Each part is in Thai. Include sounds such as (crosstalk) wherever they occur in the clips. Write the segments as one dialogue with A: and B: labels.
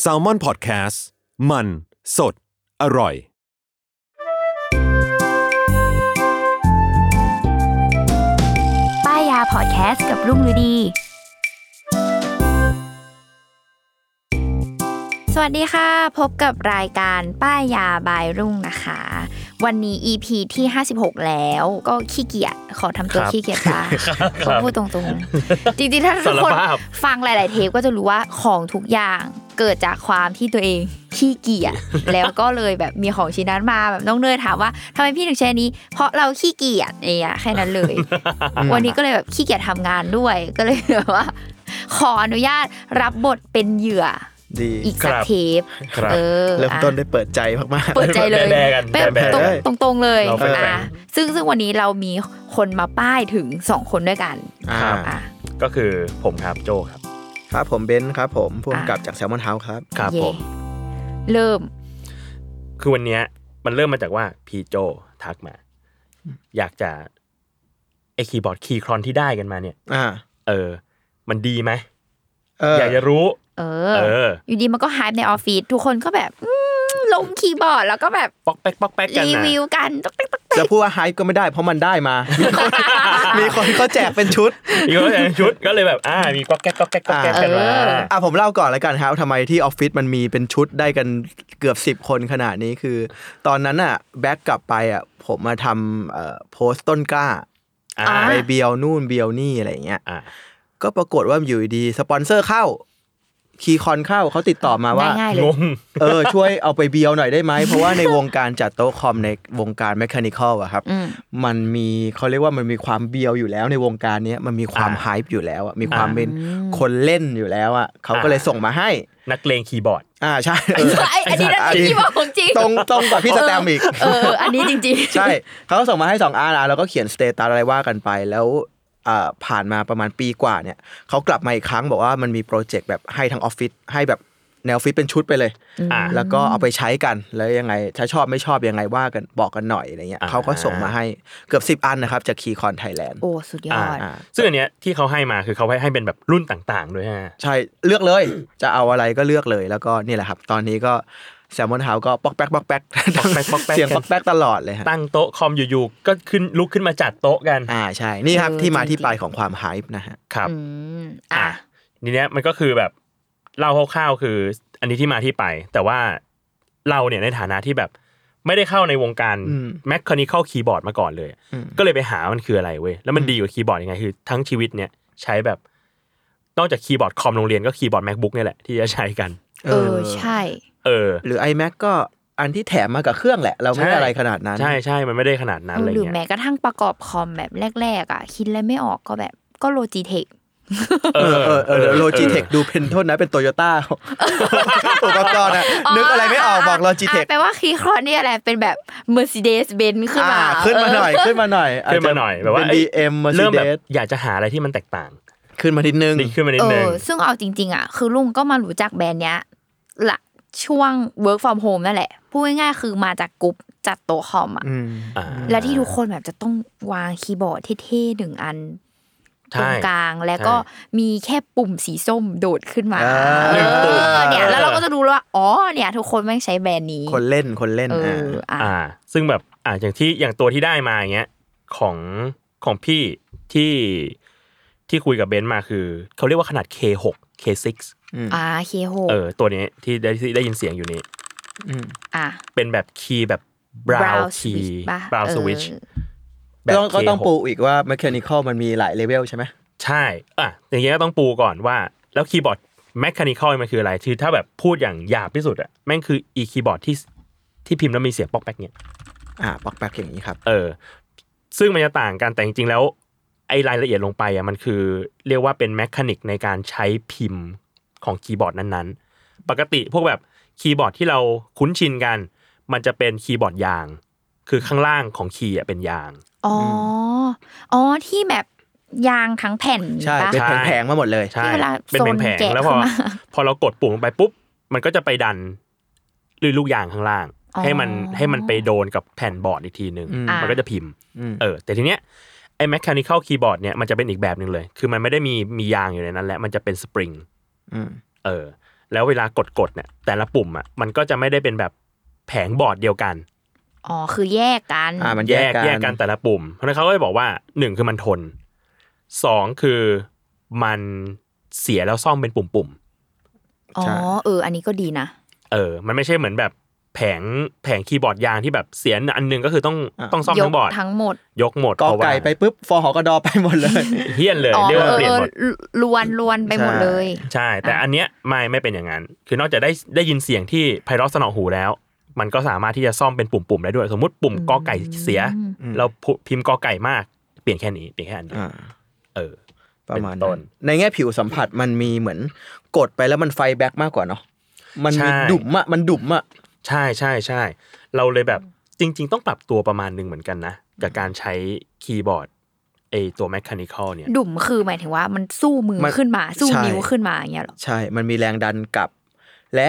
A: แซลมอนพอดแคสต์มันสดอร่อย
B: ป้ายยาพอดแคสต์กับรุ่งฤดี สวัสดีค่ะ พบกับรายการป้ายยาบายรุ่งนะคะ วันนี้ EP ที่ 56 แล้วก็ขี้เกียจขอทำตัว
C: ครับ
B: ขี้เกียจจ้า
C: ครับ
B: ขอพูดตรงๆ จริงๆ ถ้าทุกคน
C: สารภาพ
B: ฟังหลาย ๆ เทปก็จะรู้ว่าของทุกอย่างเกิดจากความที่ตัวเองขี้เกียจ
C: (laughs)
B: แล้วก็เลยแบบมีของชิ้นนั้นมาแบบน้องเนยถามว่าทำไมพี่ถึงใช้อันนี้ เพราะเราขี้เกียจเองอะแค่นั้นเลย วันนี้ก็เลยแบบขี้เกียจทำงานด้วยก็เลยแบบว่า (laughs) ขออนุญาตรับบทเป็นเหยื่อ
C: ดี
B: อีกสักเทป
C: ครับ
B: เออ
C: เริ่ม
B: อ่ะ
C: ต้นได้เปิดใจมาก
B: เปิดใจเลย
C: แบร์ๆกัน
B: แบบ
C: แบร์ๆเลย
B: ตรงตรงๆเลย
C: เราแบร์ๆ
B: อ่ะซึ่งซึ่งวันนี้เรามีคนมาป้ายถึงสองคนด้วยกัน
C: ๆอ่า
B: อ่ะ
D: ก็คือผมครับโจครับ
C: ครับผมเบนซ์ครับผมผู้กำกับจากแซลมอนเฮาส์ครับ
D: ครับ
B: เย่
D: ผม
B: เริ่ม
D: คือวันเนี้ยมันเริ่มมาจากว่าพี่โจทักมา อยากจะไอคีย์บอร์ดคีย์ครอนที่ได้กันมาเนี่ย
C: อ่า
D: เออ มันดีไหม
C: เออ
D: อยากจะรู้
B: เอ
D: เอ
B: อ
D: อ
B: อยู่ดีมันก็หายในออฟฟิศทุกคนก็แบบอืมลงคีย์บอร์ดแล้วก็แบบ
D: ป๊อกแป๊กป๊อกแป๊กกัน
B: รี
D: นะ
B: วิวกันตุ๊กติ๊กตุ๊ก
C: จะพูดว่าไฮก็ไม่ได้เพราะมันได้มา มีคนมีคนเขาแจกเป็นชุด
D: อีกคนแต่งชุดก็เลยแบบอ่ามีป๊อกแก๊กป๊อกแก๊กป๊อกแก๊กกันมา
C: อ่ะผมเล่าก่อนแล้วกันครับทำไมที่ออฟฟิศมันมีเป็นชุดได้กันเกือบ 10 คนขนาดนี้คือ ตอนนั้นอ่ะแบ็กกลับไปอ่ะผมมาทำเอ่อโพสต์ต้นกล้า
D: อ่า
C: ไปเบียวนู่นเบียวนี่อะไรอย่างเงี้ย
D: อ่า
C: ก็ปรากฏว่าอยู่ดีๆสปอนเซอร์เข้า คีย์คอนเข้าเขาติดต่อมาว่า
B: ง่ายๆเล
D: ง
B: ย
D: ง
C: เออช่วยเอาไปเบียวหน่อยได้ไหม เพราะว่าในวงการจัดโต๊ะคอมในวงการแมคานิคอลอะครับ
B: อืม
C: มันมีเขาเรียกว่ามันมีความเบียวอยู่แล้วในวงการเนี้ยมันมีความ
D: อ่า
C: ไฮป์อยู่แล้วอะมีความ
D: อ่า
C: เป็นคนเล่นอยู่แล้วอะเขาก็เลย
D: อ่า
C: ส่งมาให้
D: นักเลงคีย์บอร์ด
C: อ่าใช่เออ
B: ไอ้อันนี้นั่น
C: อัน
B: ที่
C: นี้
B: คีย์บอร์ดของจริง
C: ตรงตรงกับพี่สแตมป์อีก
B: เออ อันนี้จริงๆ
C: ใช่ เขาก็ส่งมาให้สองอันอ่ะแล้วก็เขียนสเตตัสอะไรว่ากันไปแล้วอ่าผ่านมาประมาณปีกว่าเนี่ยเขากลับมาอีกครั้งบอกว่ามันมีโปรเจกต์แบบให้ทั้งออฟฟิศให้แบบแนวฟิตเป็นชุดไปเลย
D: อ่า
C: แล้วก็เอาไปใช้กันแล้วยังไง ถ้าชอบไม่ชอบยังไงว่ากันบอกกันหน่อยอะไรเงี้ย
D: อ่า
C: เขาก็ส่งมาให้เกือบ 10 อันนะครับจากคีคอนไทยแลนด์
B: โอ้ สุดยอด
D: อ่า ซึ่งอันเนี้ยที่เขาให้มาคือเขาให้เป็นแบบรุ่นต่างๆ ด้วยฮะ
C: ใช่เลือกเลย จะเอาอะไรก็เลือกเลยแล้วก็นี่แหละครับ ตอนนี้ก็แซมมอนเฮาก็ปอกแป๊กปอกแป๊ก
D: ปอกแป๊กปอกแป๊ก
C: เสียงปอกแป๊กตลอดเลยฮะ
D: ตั้งโต๊ะคอมอยู่ๆก็ขึ้นลุกขึ้นมาจัดโต๊ะกัน
C: อ่าใช่นี่ครับ
B: เออ
C: ที่มา
B: จริ
C: ที่
B: งๆ
C: ไปของความไฮป์นะฮะ
D: ครับ
B: อืม อ่ะ
D: ทีเนี้ยมันก็คือแบบเล่าคร่าวๆคือ อันนี้ที่มาที่ไป แต่ว่าเราเนี่ยในฐานะที่แบบไม่ได้เข้าในวงการ
C: อืม
D: แมคคานิคอลคีย์บอร์ดมาก่อนเลย
C: อืม
D: ก็เลยไปหามันคืออะไรเว้ยแล้วมันดีกว่าคีย์บอร์ดยังไงคือ ทั้งชีวิตเนี่ยใช้แบบนอกจากคีย์บอร์ดคอมโรงเรียนก็คีย์บอร์ด macbook เนี่ยแหละที่จะใช้กัน
B: เออ ใช่
D: เออ
C: หรือ iMac ก็อันที่แถมมากับเครื่องแหละ เราไม่ได้
D: ใช่
C: อะไรขนาดนั้น
D: ใช่ใช่มันไม่ได้ขนาดนั้นอะไร
B: หรือ
D: เงี้ย
B: แม้กระทั่งประกอบคอมแบบแรก ๆ อ่ะ คิดอะไรไม่ออกก็แบบก็โลจิเทค
C: เออเออเออโลจิเทคดูเป็นโทษนะเป็นโตโยต้าอุปกรณ์อะนึกอะไรไม่ออกบอกโลจิเทค
B: แปลว่าคีย์ครอนเนี่ยแหละเป็นแบบ Mercedes Benz ขึ้นมา
C: ขึ้นมาหน่อย ขึ้นมาหน่อย
D: ขึ้นมาหน่อยแบบว่า
C: เป็น
D: เอ้ย
C: DM
D: เริ่มแบบ
C: Mercedes
D: อยากจะหาอะไรที่มันแตกต่าง
C: ขึ้นมาทีนึง
D: ดีขึ้นมานิ
B: เอ
D: ดนึง
B: อ ซึ่งเอาจริง ๆ อ่ะ คือลุงก็มารู้จักแบรนด์เนี้ยหละช่วง work from home นั่นแหละ พูดง่ายๆคือมาจากกลุ่มจัดโต๊ะคอมอ่ะ
C: อืม
D: อ่า
B: และที่ทุกคนแบบจะต้องวางคีย์บอร์ดเท่ๆหนึ่งอัน ตร
D: ใช่
B: งกลางแล้วก็
D: ใช่
B: มีแค่ปุ่มสีส้มโดดขึ้นมา
C: อ่า
B: เอ
D: หนึ่งปุ่ม
B: อเนี่ยแล้วเราก็จะรู้แล้วว่าอ๋อเนี่ยทุกคนแม่งใช้แบรนด์นี้
C: คนเล่นคนเล่น
B: เอ
C: อ่า
B: ออ่ะ
D: อ่า ซึ่งแบบอ่าอย่างที่อย่างตัวที่ได้มาอย่างเงี้ยของของพี่ที่ที่คุยกับเบนซ์มาคือ เขาเรียกว่าขนาด K6 K6
B: อ่าเคโฮ
D: เออตัวนี้ที่ได้ที่ได้ยินเสียงอยู่นี้
C: อืม
B: อ่ะ
D: เป็นแบบคีย์แบบ brown
B: Brown
D: key
B: switch ป่ะ
D: brown
B: เออ
D: switch
C: ก็ต้องก็ต้อง
D: เคห
C: ปูอีกว่า mechanical มันมีหลายเลเวลใช่ไหม
D: ใช่ อ่ะ อย่างเงี้ยก็ต้องปูก่อนว่า แล้วคีย์บอร์ดแมคคานิคอลมันคืออะไร คือถ้าแบบพูดอย่างหยาบที่สุดอะแม่งคืออีคีย์บอร์ดที่ที่พิมพ์แล้วมีเสียงป๊อกแป๊กเนี่ย
C: อ่าปอกแป๊กอย่างนี้ครับ
D: เออ ซึ่งมันจะต่างกันแต่จริงๆแล้ว ไอ้รายละเอียดลงไปอะมันคือเรียกว่าเป็นแมคคานิกในการใช้พิมพ์ของคีย์บอร์ดนั้นๆ ปกติพวกแบบคีย์บอร์ดที่เราคุ้นชินกัน มันจะเป็นคีย์บอร์ดยาง คือข้างล่างของคีย์อะเป็นยาง
B: อ๋ออ๋อที่แบบยางทั้งแผ่น
C: ใช่
B: ปะ
C: เป็น
D: ใช่
C: แผงๆมาหมดเลย
D: ใช่
B: ที่เวลา
D: เป็น
B: โซน
D: แผง
B: แกะ
D: ๆแล้วพอ
B: เข้ามา
D: พอเรากดปุ่มลงไปปุ๊บ มันก็จะไปดันลือลูกยางข้างล่าง
B: อ๋อ
D: ให้มันให้มันไปโดนกับแผ่นบอร์ดอีกทีหนึ่ง
C: อืม
D: มันก็จะพิมพ์
C: อืม
D: เออแต่ทีเนี้ยไอ้ mechanical keyboard เนี่ยมันจะเป็นอีกแบบหนึ่งเลย คือมันไม่ได้มีมียางอยู่ในนั้นแหละมันจะเป็นสปริง
C: อืม
D: เออแล้วเวลากดกดๆเนี่ยแต่ละปุ่มอ่ะมันก็จะไม่ได้เป็นแบบแผงบอร์ดเดียวกัน
B: อ๋อคือแยกกัน
C: อ่ามัน
D: แย
C: แย
D: ก
C: ก
D: แยกกั
C: กัน น
D: แต่ละปุ่ม เพราะฉะนั้นเขาก็จะบอกว่าหนึ่งคือมันทนสองคือมันเสียแล้วซ่อมเป็นปุ่มๆ
B: อ๋อ
C: ใช่
B: เออ อันนี้ก็ดีนะ
D: เออ มันไม่ใช่เหมือนแบบแผงแผงคีย์บอร์ดยางที่แบบเสียอันหนึงก็คือต้อง
C: อ่ะ
D: ต้องซ่อม
B: ยก
D: ทั้งบอร์ด
B: ทั้งหมด
D: ยกหมด
C: กอ
D: เพราะว่า
C: ไก่ไปปุ๊บ ฟอหอกระดอไปหมด
D: (laughs)
C: เลย
D: เฮี้ยนเลย
B: อ๋อ
D: เรียกว่า
B: เออ
D: เปลี่ยนหมด
B: เออลวนลวนไปหมดเลย
D: ใช่ แต่อันเนี้ยไม่ไม่เป็นอย่างนั้น คือนอกจากได้ได้ยินเสียงที่ไพเราะสนอหูแล้ว มันก็สามารถที่จะซ่อมเป็นปุ่มๆได้ด้วย สมมติปุ่มกอไก่เสีย
C: อืม
D: เราพิมพ์กอไก่มาก เปลี่ยนแค่นี้เปลี่ยนแค่อันเดียว
C: อ่า
D: เออ
C: ประมาณ
D: เป็นต้
C: นั้น นในแง่ผิวสัมผัสมันมีเหมือนกดไปแล้วมันไฟแบ็กมากกว่าเนาะมันมี
D: ใช่
C: ดุมอะมันดุมอะ
D: ใช่ใช่ใช่เราเลยแบบจริง ๆ ต้องปรับตัวประมาณหนึงเหมือนกันนะกับการใช้คีย์บอร์ดไอตัวแมคคานิคอลเนี่ย
B: ดุ่มคือหมายถึงว่ามันสู้มือขึ้นมา สู้นิ้วขึ้นมาอย่างเงี้ยหรอ
C: ใช่ มันมีแรงดันกลับ และ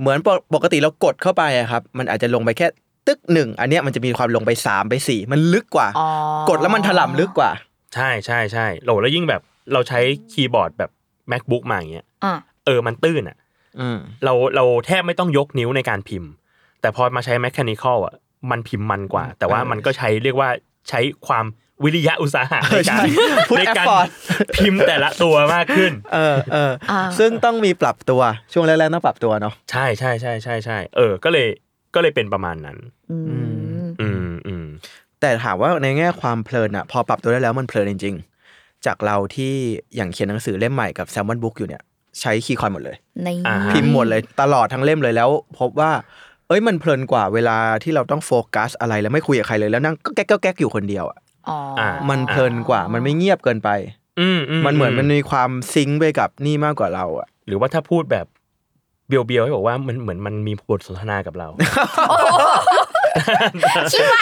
C: เหมือนปกปกติเรากดเข้าไปอะครับ มันอาจจะลงไปแค่ตึกหนึ่งอันเนี้ยมันจะมีความลงไปสามไปสี่มันลึกกว่า
B: อ๋อ
C: กดแล้วมันถล่มลึกกว่า
D: ใช่ใช่ใช่โหแล้วยิ่งแบบเราใช้คีย์บอร์ดแบบ macbook มาอย่างเงี้ย
B: อ่ะ
D: เออมันตื้นอ่ะ
C: อืม
D: เราเราแทบไม่ต้องยกนิ้วในการพิมพ์ แต่พอมาใช้ mechanical อ่ะมันพิมพ์มันกว่า แต่ว่ามันก็ใช้เรียกว่าใช้ความวิริยะอุตสาหะในการ
C: เออใช่ (laughs) Put
D: ในการ
C: effort
D: พิมพ์แต่ละตัวมากขึ้น
C: เออเอออา ซึ่งต้องมีปรับตัวช่วงแรกๆต้องปรับตัวเนาะ
D: ใช่ใช่ใช่ใช่ใช่เออ ก็เลยก็เลยเป็นประมาณนั้น
B: อืม
D: อืมอืม
C: แต่ถามว่าในแง่ความเพลินอะพอปรับตัวได้แล้วมันเพลินจริง ๆ จากเราที่อย่างเขียนหนังสือเล่มใหม่กับแซมมอนบุ๊กอยู่เนี่ยใช้คีย์คอนหมดเลย
B: ใน
C: พิมพ์หมดเลยตลอดทั้งเล่มเลยแล้ว พบว่า เอ้ยมันเพลินกว่าเวลาที่เราต้องโฟกัสอะไรแล้วไม่คุยกับใครเลยแล้วนั่งก็แก๊กๆแก๊กๆอยู่คนเดียวอะ
B: อ๋อ
D: อ่า
C: มันเพลินกว่ามันไม่เงียบเกินไป
D: อืมอื
C: มันเหมือนมันมีความซิงค์ไปกับนี่มากกว่าเราอะ
D: หรือว่าถ้าพูดแบบเบียวเบียวๆให้บอกว่ามันเหมือนมันมีบทสนทนากับเรา
B: คิดว่า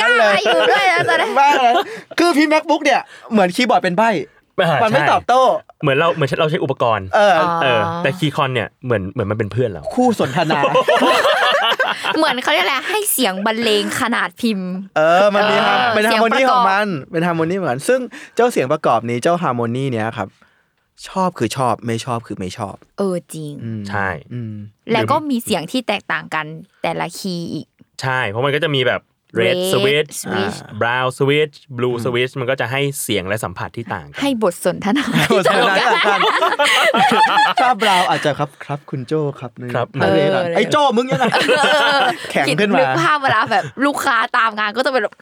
C: ก็เลย
B: อยู่ด้วยนะตอนนี้
C: บ้าเลยคือพี่ macbook เนี่ยเหมือนคีย์บอร์ดเป็นใบ (laughs) มันไม่ตอบโต้
D: เหมือนเราเหมือนเราใช้อุปกรณ์
C: เออ
D: เออ แต่คีย์คอนเนี่ยเหมือนเหมือนมันเป็นเพื่อนเรา
C: คู่สนท
D: (laughs)
C: นา
B: เหมือนเขาเรียกอะไรให้เสียงบรรเลงขนาดพิมพ์
C: เออ มันมีฮะ
B: เออ
C: เป็น
B: เสี
C: ฮาย
B: ง
C: ร์โม
B: ประ
C: นี
B: กอบ
C: ของมัน เป็นฮาร์โมนีเหมือน ซึ่งเจ้าเสียงประกอบนี้ เจ้าฮาร์โมนีเนี้ยครับ ชอบคือชอบ ไม่ชอบคือไม่ชอบ
B: เออจริง
C: อืม
D: ใช่
C: อืม
B: แล้วก็มีเสียงที่แตกต่างกันแต่ละคีย์อีก
D: ใช่ เพราะมันก็จะมีแบบ red
B: Red
D: switch
B: switch
D: brown switch blue switch มันก็จะให้เสียงและสัมผัสที่ต่างกั
B: ให้บทสนทนา
C: บ
B: ที่
C: ทสนทนา
B: ต่างกั
C: ท่าน นถ้าบราวอาจจะครับครับคุณโจครับใน
D: ครับ
C: ในเวลา
B: เออ
C: ไอ้โจมึงยังไงแข็งขึ้น
B: คิด
C: มา
B: นึกภาพเวลาแบบลูกค้าตามงานก็จะเป็นแบบ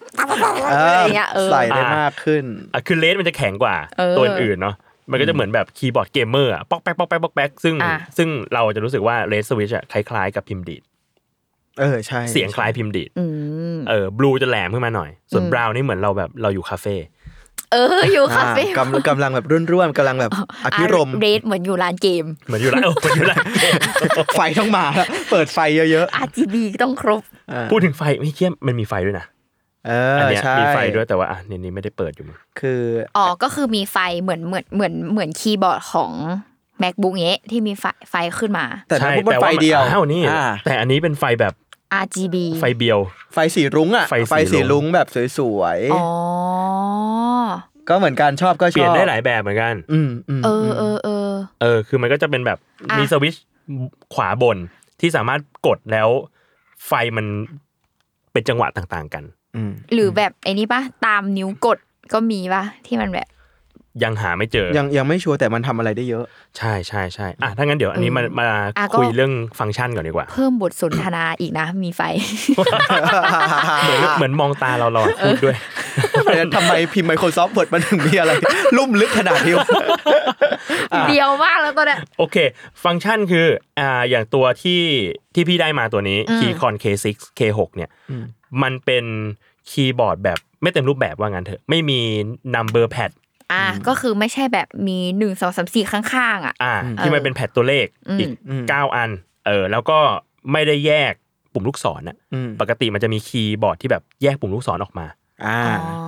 C: เอ
B: อะไร
C: อ
B: อย่างเงี้ยเออ
C: ใส่ได้มากขึ้น
D: อ่ะคือ red มันจะแข็งกว่า
B: เออ
D: ตัวอื่นๆเนาะ มันก็จะเหมือนแบบคีย์บอร์ดเกมเมอร์อะป๊อกแป๊กป๊อกแป๊กป๊อกแป๊กซึ่ง
B: อ่ะ
D: ซึ่งเราจะรู้สึกว่า red switch อะคล้ายๆกับพิมพ์ดีด
C: เออ ใช่
D: เสียงคล้ายพิมพ์ดีด
B: อืม
D: เออ blue จะแหลมขึ้นมาหน่อย ส่วน brown นี่เหมือนเราแบบเราอยู่คาเฟ่
B: เออ อยู่
C: อ่า
B: คาเฟ่
C: กำกำลังแบบรุ่นร่วมกำลัง
B: (laughs)
C: แบบอภิรมย์
B: เรดเหมือนอยู่ร้านเกม
D: เหมือนอยู่ร้านเออเหมือนอยู่ร้านเกม
C: ไฟต้องมาแล้วเปิดไฟเยอะ
B: RGB ต้องครบ
C: (laughs)
D: พูดถึงไฟไม่เคี้ยมันมีไฟด้วยนะ
C: ๆ เออ
D: อันเนี้ย
C: ใช่
D: มีไฟด้วยแต่ว่าอ่ะเนี่ยนี่ไม่ได้เปิดอยู่มั้ง
C: คือ
B: อ๋อ ก็คือมีไฟเหมือนเหมือนเหมือนเหมือนคีย์บอร์ดของ macbook เงี้ยที่มีไฟไฟขึ้นมา
C: แต่ถ้า
D: ใช่
C: พูดว่า
D: แต่
C: ไฟ
D: ว่ามัน
C: เดียว
D: อ้าวนี่
C: อ่า
D: แต่อันนี้เป็นไฟแบบ
B: RGB
D: ไฟเบียว
C: ไฟสีรุ้งอ่ะ
D: ไฟสีรุ้ง
C: ไฟสีรุ้งแบบสวย
B: อ๋อ
C: ๆ ก็เหมือนการชอบก็ชอบ
D: เปลี่ยนได้หลายแบบเหมือนกัน
C: อืมอืม
B: เออเออเออ
D: เออ คือมันก็จะเป็นแบบ
B: อ่ะ
D: มีสวิตชขวาบนที่สามารถกดแล้ว ไฟมันเป็นจังหวะต่างๆกัน
C: อืม
B: หรือแบบไอ้นี่ปะตามนิ้วกดก็มีปะที่มันแบบ
D: ยังหาไม่เจอ
C: ยังยังไม่ชัวร์แต่มันทำอะไรได้เยอะ
D: ใช่ใช่ใช่อ่ะถ้างั้นเดี๋ยวอันนี้มามา
B: อ่ะก็
D: คุยเรื่องฟังก์ชันก่อนดีกว่า
B: เพิ่มบทสนทนาอีกนะ มีไฟ
D: เหมือนเหมือนมองตาเราเราพูดด้วย
C: (laughs) ทำไมพิมพ์ไมโครซอฟท์เวิร์ดมันถึงมีอะไร ลุ่มลึกขนาดนี้วะ
B: เดียวมากแล้วตัวเนี้ย
D: โอเค ฟังก์ชันคืออ่าอย่างตัวที่ที่พี่ได้มาตัวนี้
B: อืม
D: Keycon K6 K6 เนี่ย มันเป็นคีย์บอร์ดแบบไม่เต็มรูปแบบว่างั้นเถอะ ไม่มี number pad
B: อ่ะก็คือไม่ใช่แบบมีหนึ่งสองสามสี่ข้างๆ อ่ะ
D: อ่า ที่มันเป็นแพดตัวเลข
B: อืม
D: อีก 9 อัน เออ แล้วก็ไม่ได้แยกปุ่มลูกศรนะ
C: อืม
D: ปกติมันจะมีคีย์บอร์ดที่แบบแยกปุ่มลูกศรออกมา
C: อ่า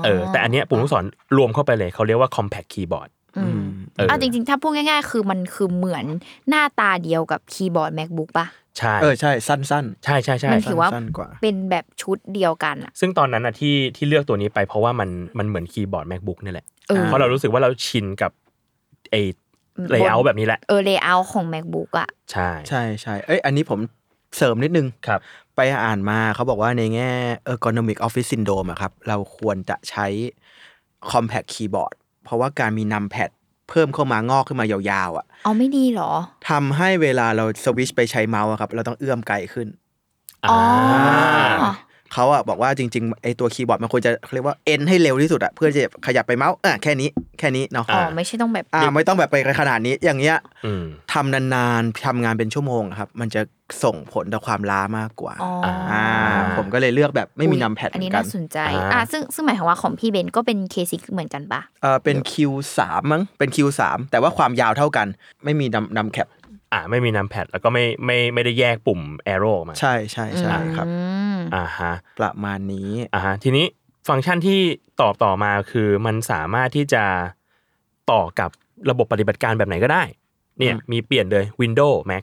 D: เออ แต่อันเนี้ยปุ่มลูกศรรวมเข้าไปเลย เขาเรียกว่า compact keyboard
B: อืม
D: เออ
B: เอาจริงๆ ถ้าพูดง่ายๆ คือมันคือเหมือนหน้าตาเดียวกับคีย์บอร์ด macbook ป่ะ
D: ใช่
C: เออใช่สั้น
D: ใช่ใช่ใช่
B: มันถือว่า
C: สั้นกว่า
B: เป็นแบบชุดเดียวกันอ่ะ
D: ซึ่งตอนนั้นอะที่ที่เลือกตัวนี้ไปเพราะว่ามันมันเหมือนคีย์บอร์ด macbook นี่แหละ
B: เออ
D: เพราะเรารู้สึกว่าเราชินกับไอ้ layout แบบนี้แหละ
B: เออ layout ของ macbook อ่ะ
D: ใช่
C: ใช่ใช่เอ้ยอันนี้ผมเสริมนิดนึง
D: ครับ
C: ไปอ่านมาเขาบอกว่าในแง่ ergonomic office syndrome อะครับ เราควรจะใช้ compact keyboard เพราะว่าการมีนัมแพดเพิ่มเข้ามางอกขึ้นมายาวๆอ่ะ
B: เอาไม่ดีเหรอ
C: ทำให้เวลาเราสวิชไปใช้เมาส์อะครับ เราต้องเอื้อมไกลขึ้น
B: อ๋อ
D: อ่า
C: เขาอะบอกว่าจริงๆไอตัวคีย์บอร์ดมันควรจะเรียกว่าเอ็นให้เร็วที่สุดอะเพื่อจะขยับไปเมาส์อ่ะแค่นี้แค่นี้เนาะ
B: อ๋อ ไม่ใช่ต้องแบบ
C: อ่าไม่ต้องแบบไปขนาดนี้อย่างเงี้ย
D: อืม
C: ทำนานๆทำงานเป็นชั่วโมงอะครับ มันจะส่งผลต่อความล้ามากกว่า
B: อ๋ออ่
C: ่า ผมก็เลยเลือกแบบไม่มี
B: อุ๊ย
C: นัมแพดเห
B: อั
C: มื
B: นี้
C: อนกั
B: น่าน สนใจ
D: อ่า
B: อ่ะซึ่งซึ่งหมายความว่าของพี่เบนก็เป็น K6 เหมือนกันปะ
C: เออเป็น Q3 มั้งเป็น Q3 แต่ว่าความยาวเท่ากัน ไม่มีนัมนัมแคป
D: อ่าไม่มีนัมแพดแล้วก็ไม่ไม่ไม่ได้แยกปุ่ม arrow ออกมา
C: ใช่ใช่ใช่ครับ
B: อืม
D: อ่าฮะ
C: ประมาณนี้
D: อ่าฮะทีนี้ฟังก์ชันที่ตอบต่อมาคือมันสามารถที่จะต่อกับระบบปฏิบัติการแบบไหนก็ได้ เนี่ยมีเปลี่ยนเลย Windows Mac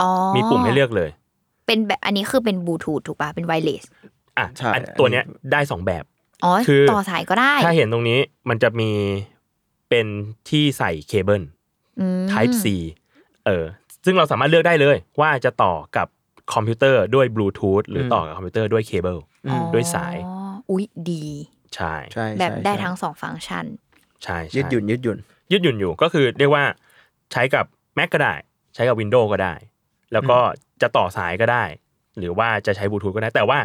B: อ๋อ
D: มีปุ่มให้เลือกเลย
B: เป็นแบบอันนี้คือเป็นบลูทูธถูกป่ะ เป็นไวเลส
D: อ่ะอันตัวเนี้ยได้สองแบบ
B: อ๋อ
D: คือ
B: ต่อสายก็ได้
D: ถ้าเห็นตรงนี้มันจะมีเป็นที่ใส่เคเบิล
B: อืม
D: Type C เออซึ่งเราสามารถเลือกได้เลยว่าจะต่อกับคอมพิวเตอร์ด้วยบลูทูธหรือต่อกับคอมพิวเตอร์ด้วยเคเบิล
B: อ๋อ
D: ด้วยสาย
B: อุ๊ย ดี
D: ใช่
C: ใช่ใช่
B: แบบได้
C: ใช่
B: ทั้งสองฟังก์ชัน
D: ใช่
C: ยื
D: ใช่
C: ดหยุ่นยืดหยุ่น
D: ยืดหยุ่นอยู่ก็คือเรียกว่าใช้กับ Mac ก็ได้ ใช้กับ Windows ก็ได้ แล้วก็จะต่อสายก็ได้ หรือว่าจะใช้บลูทูธก็ได้ แต่ว่า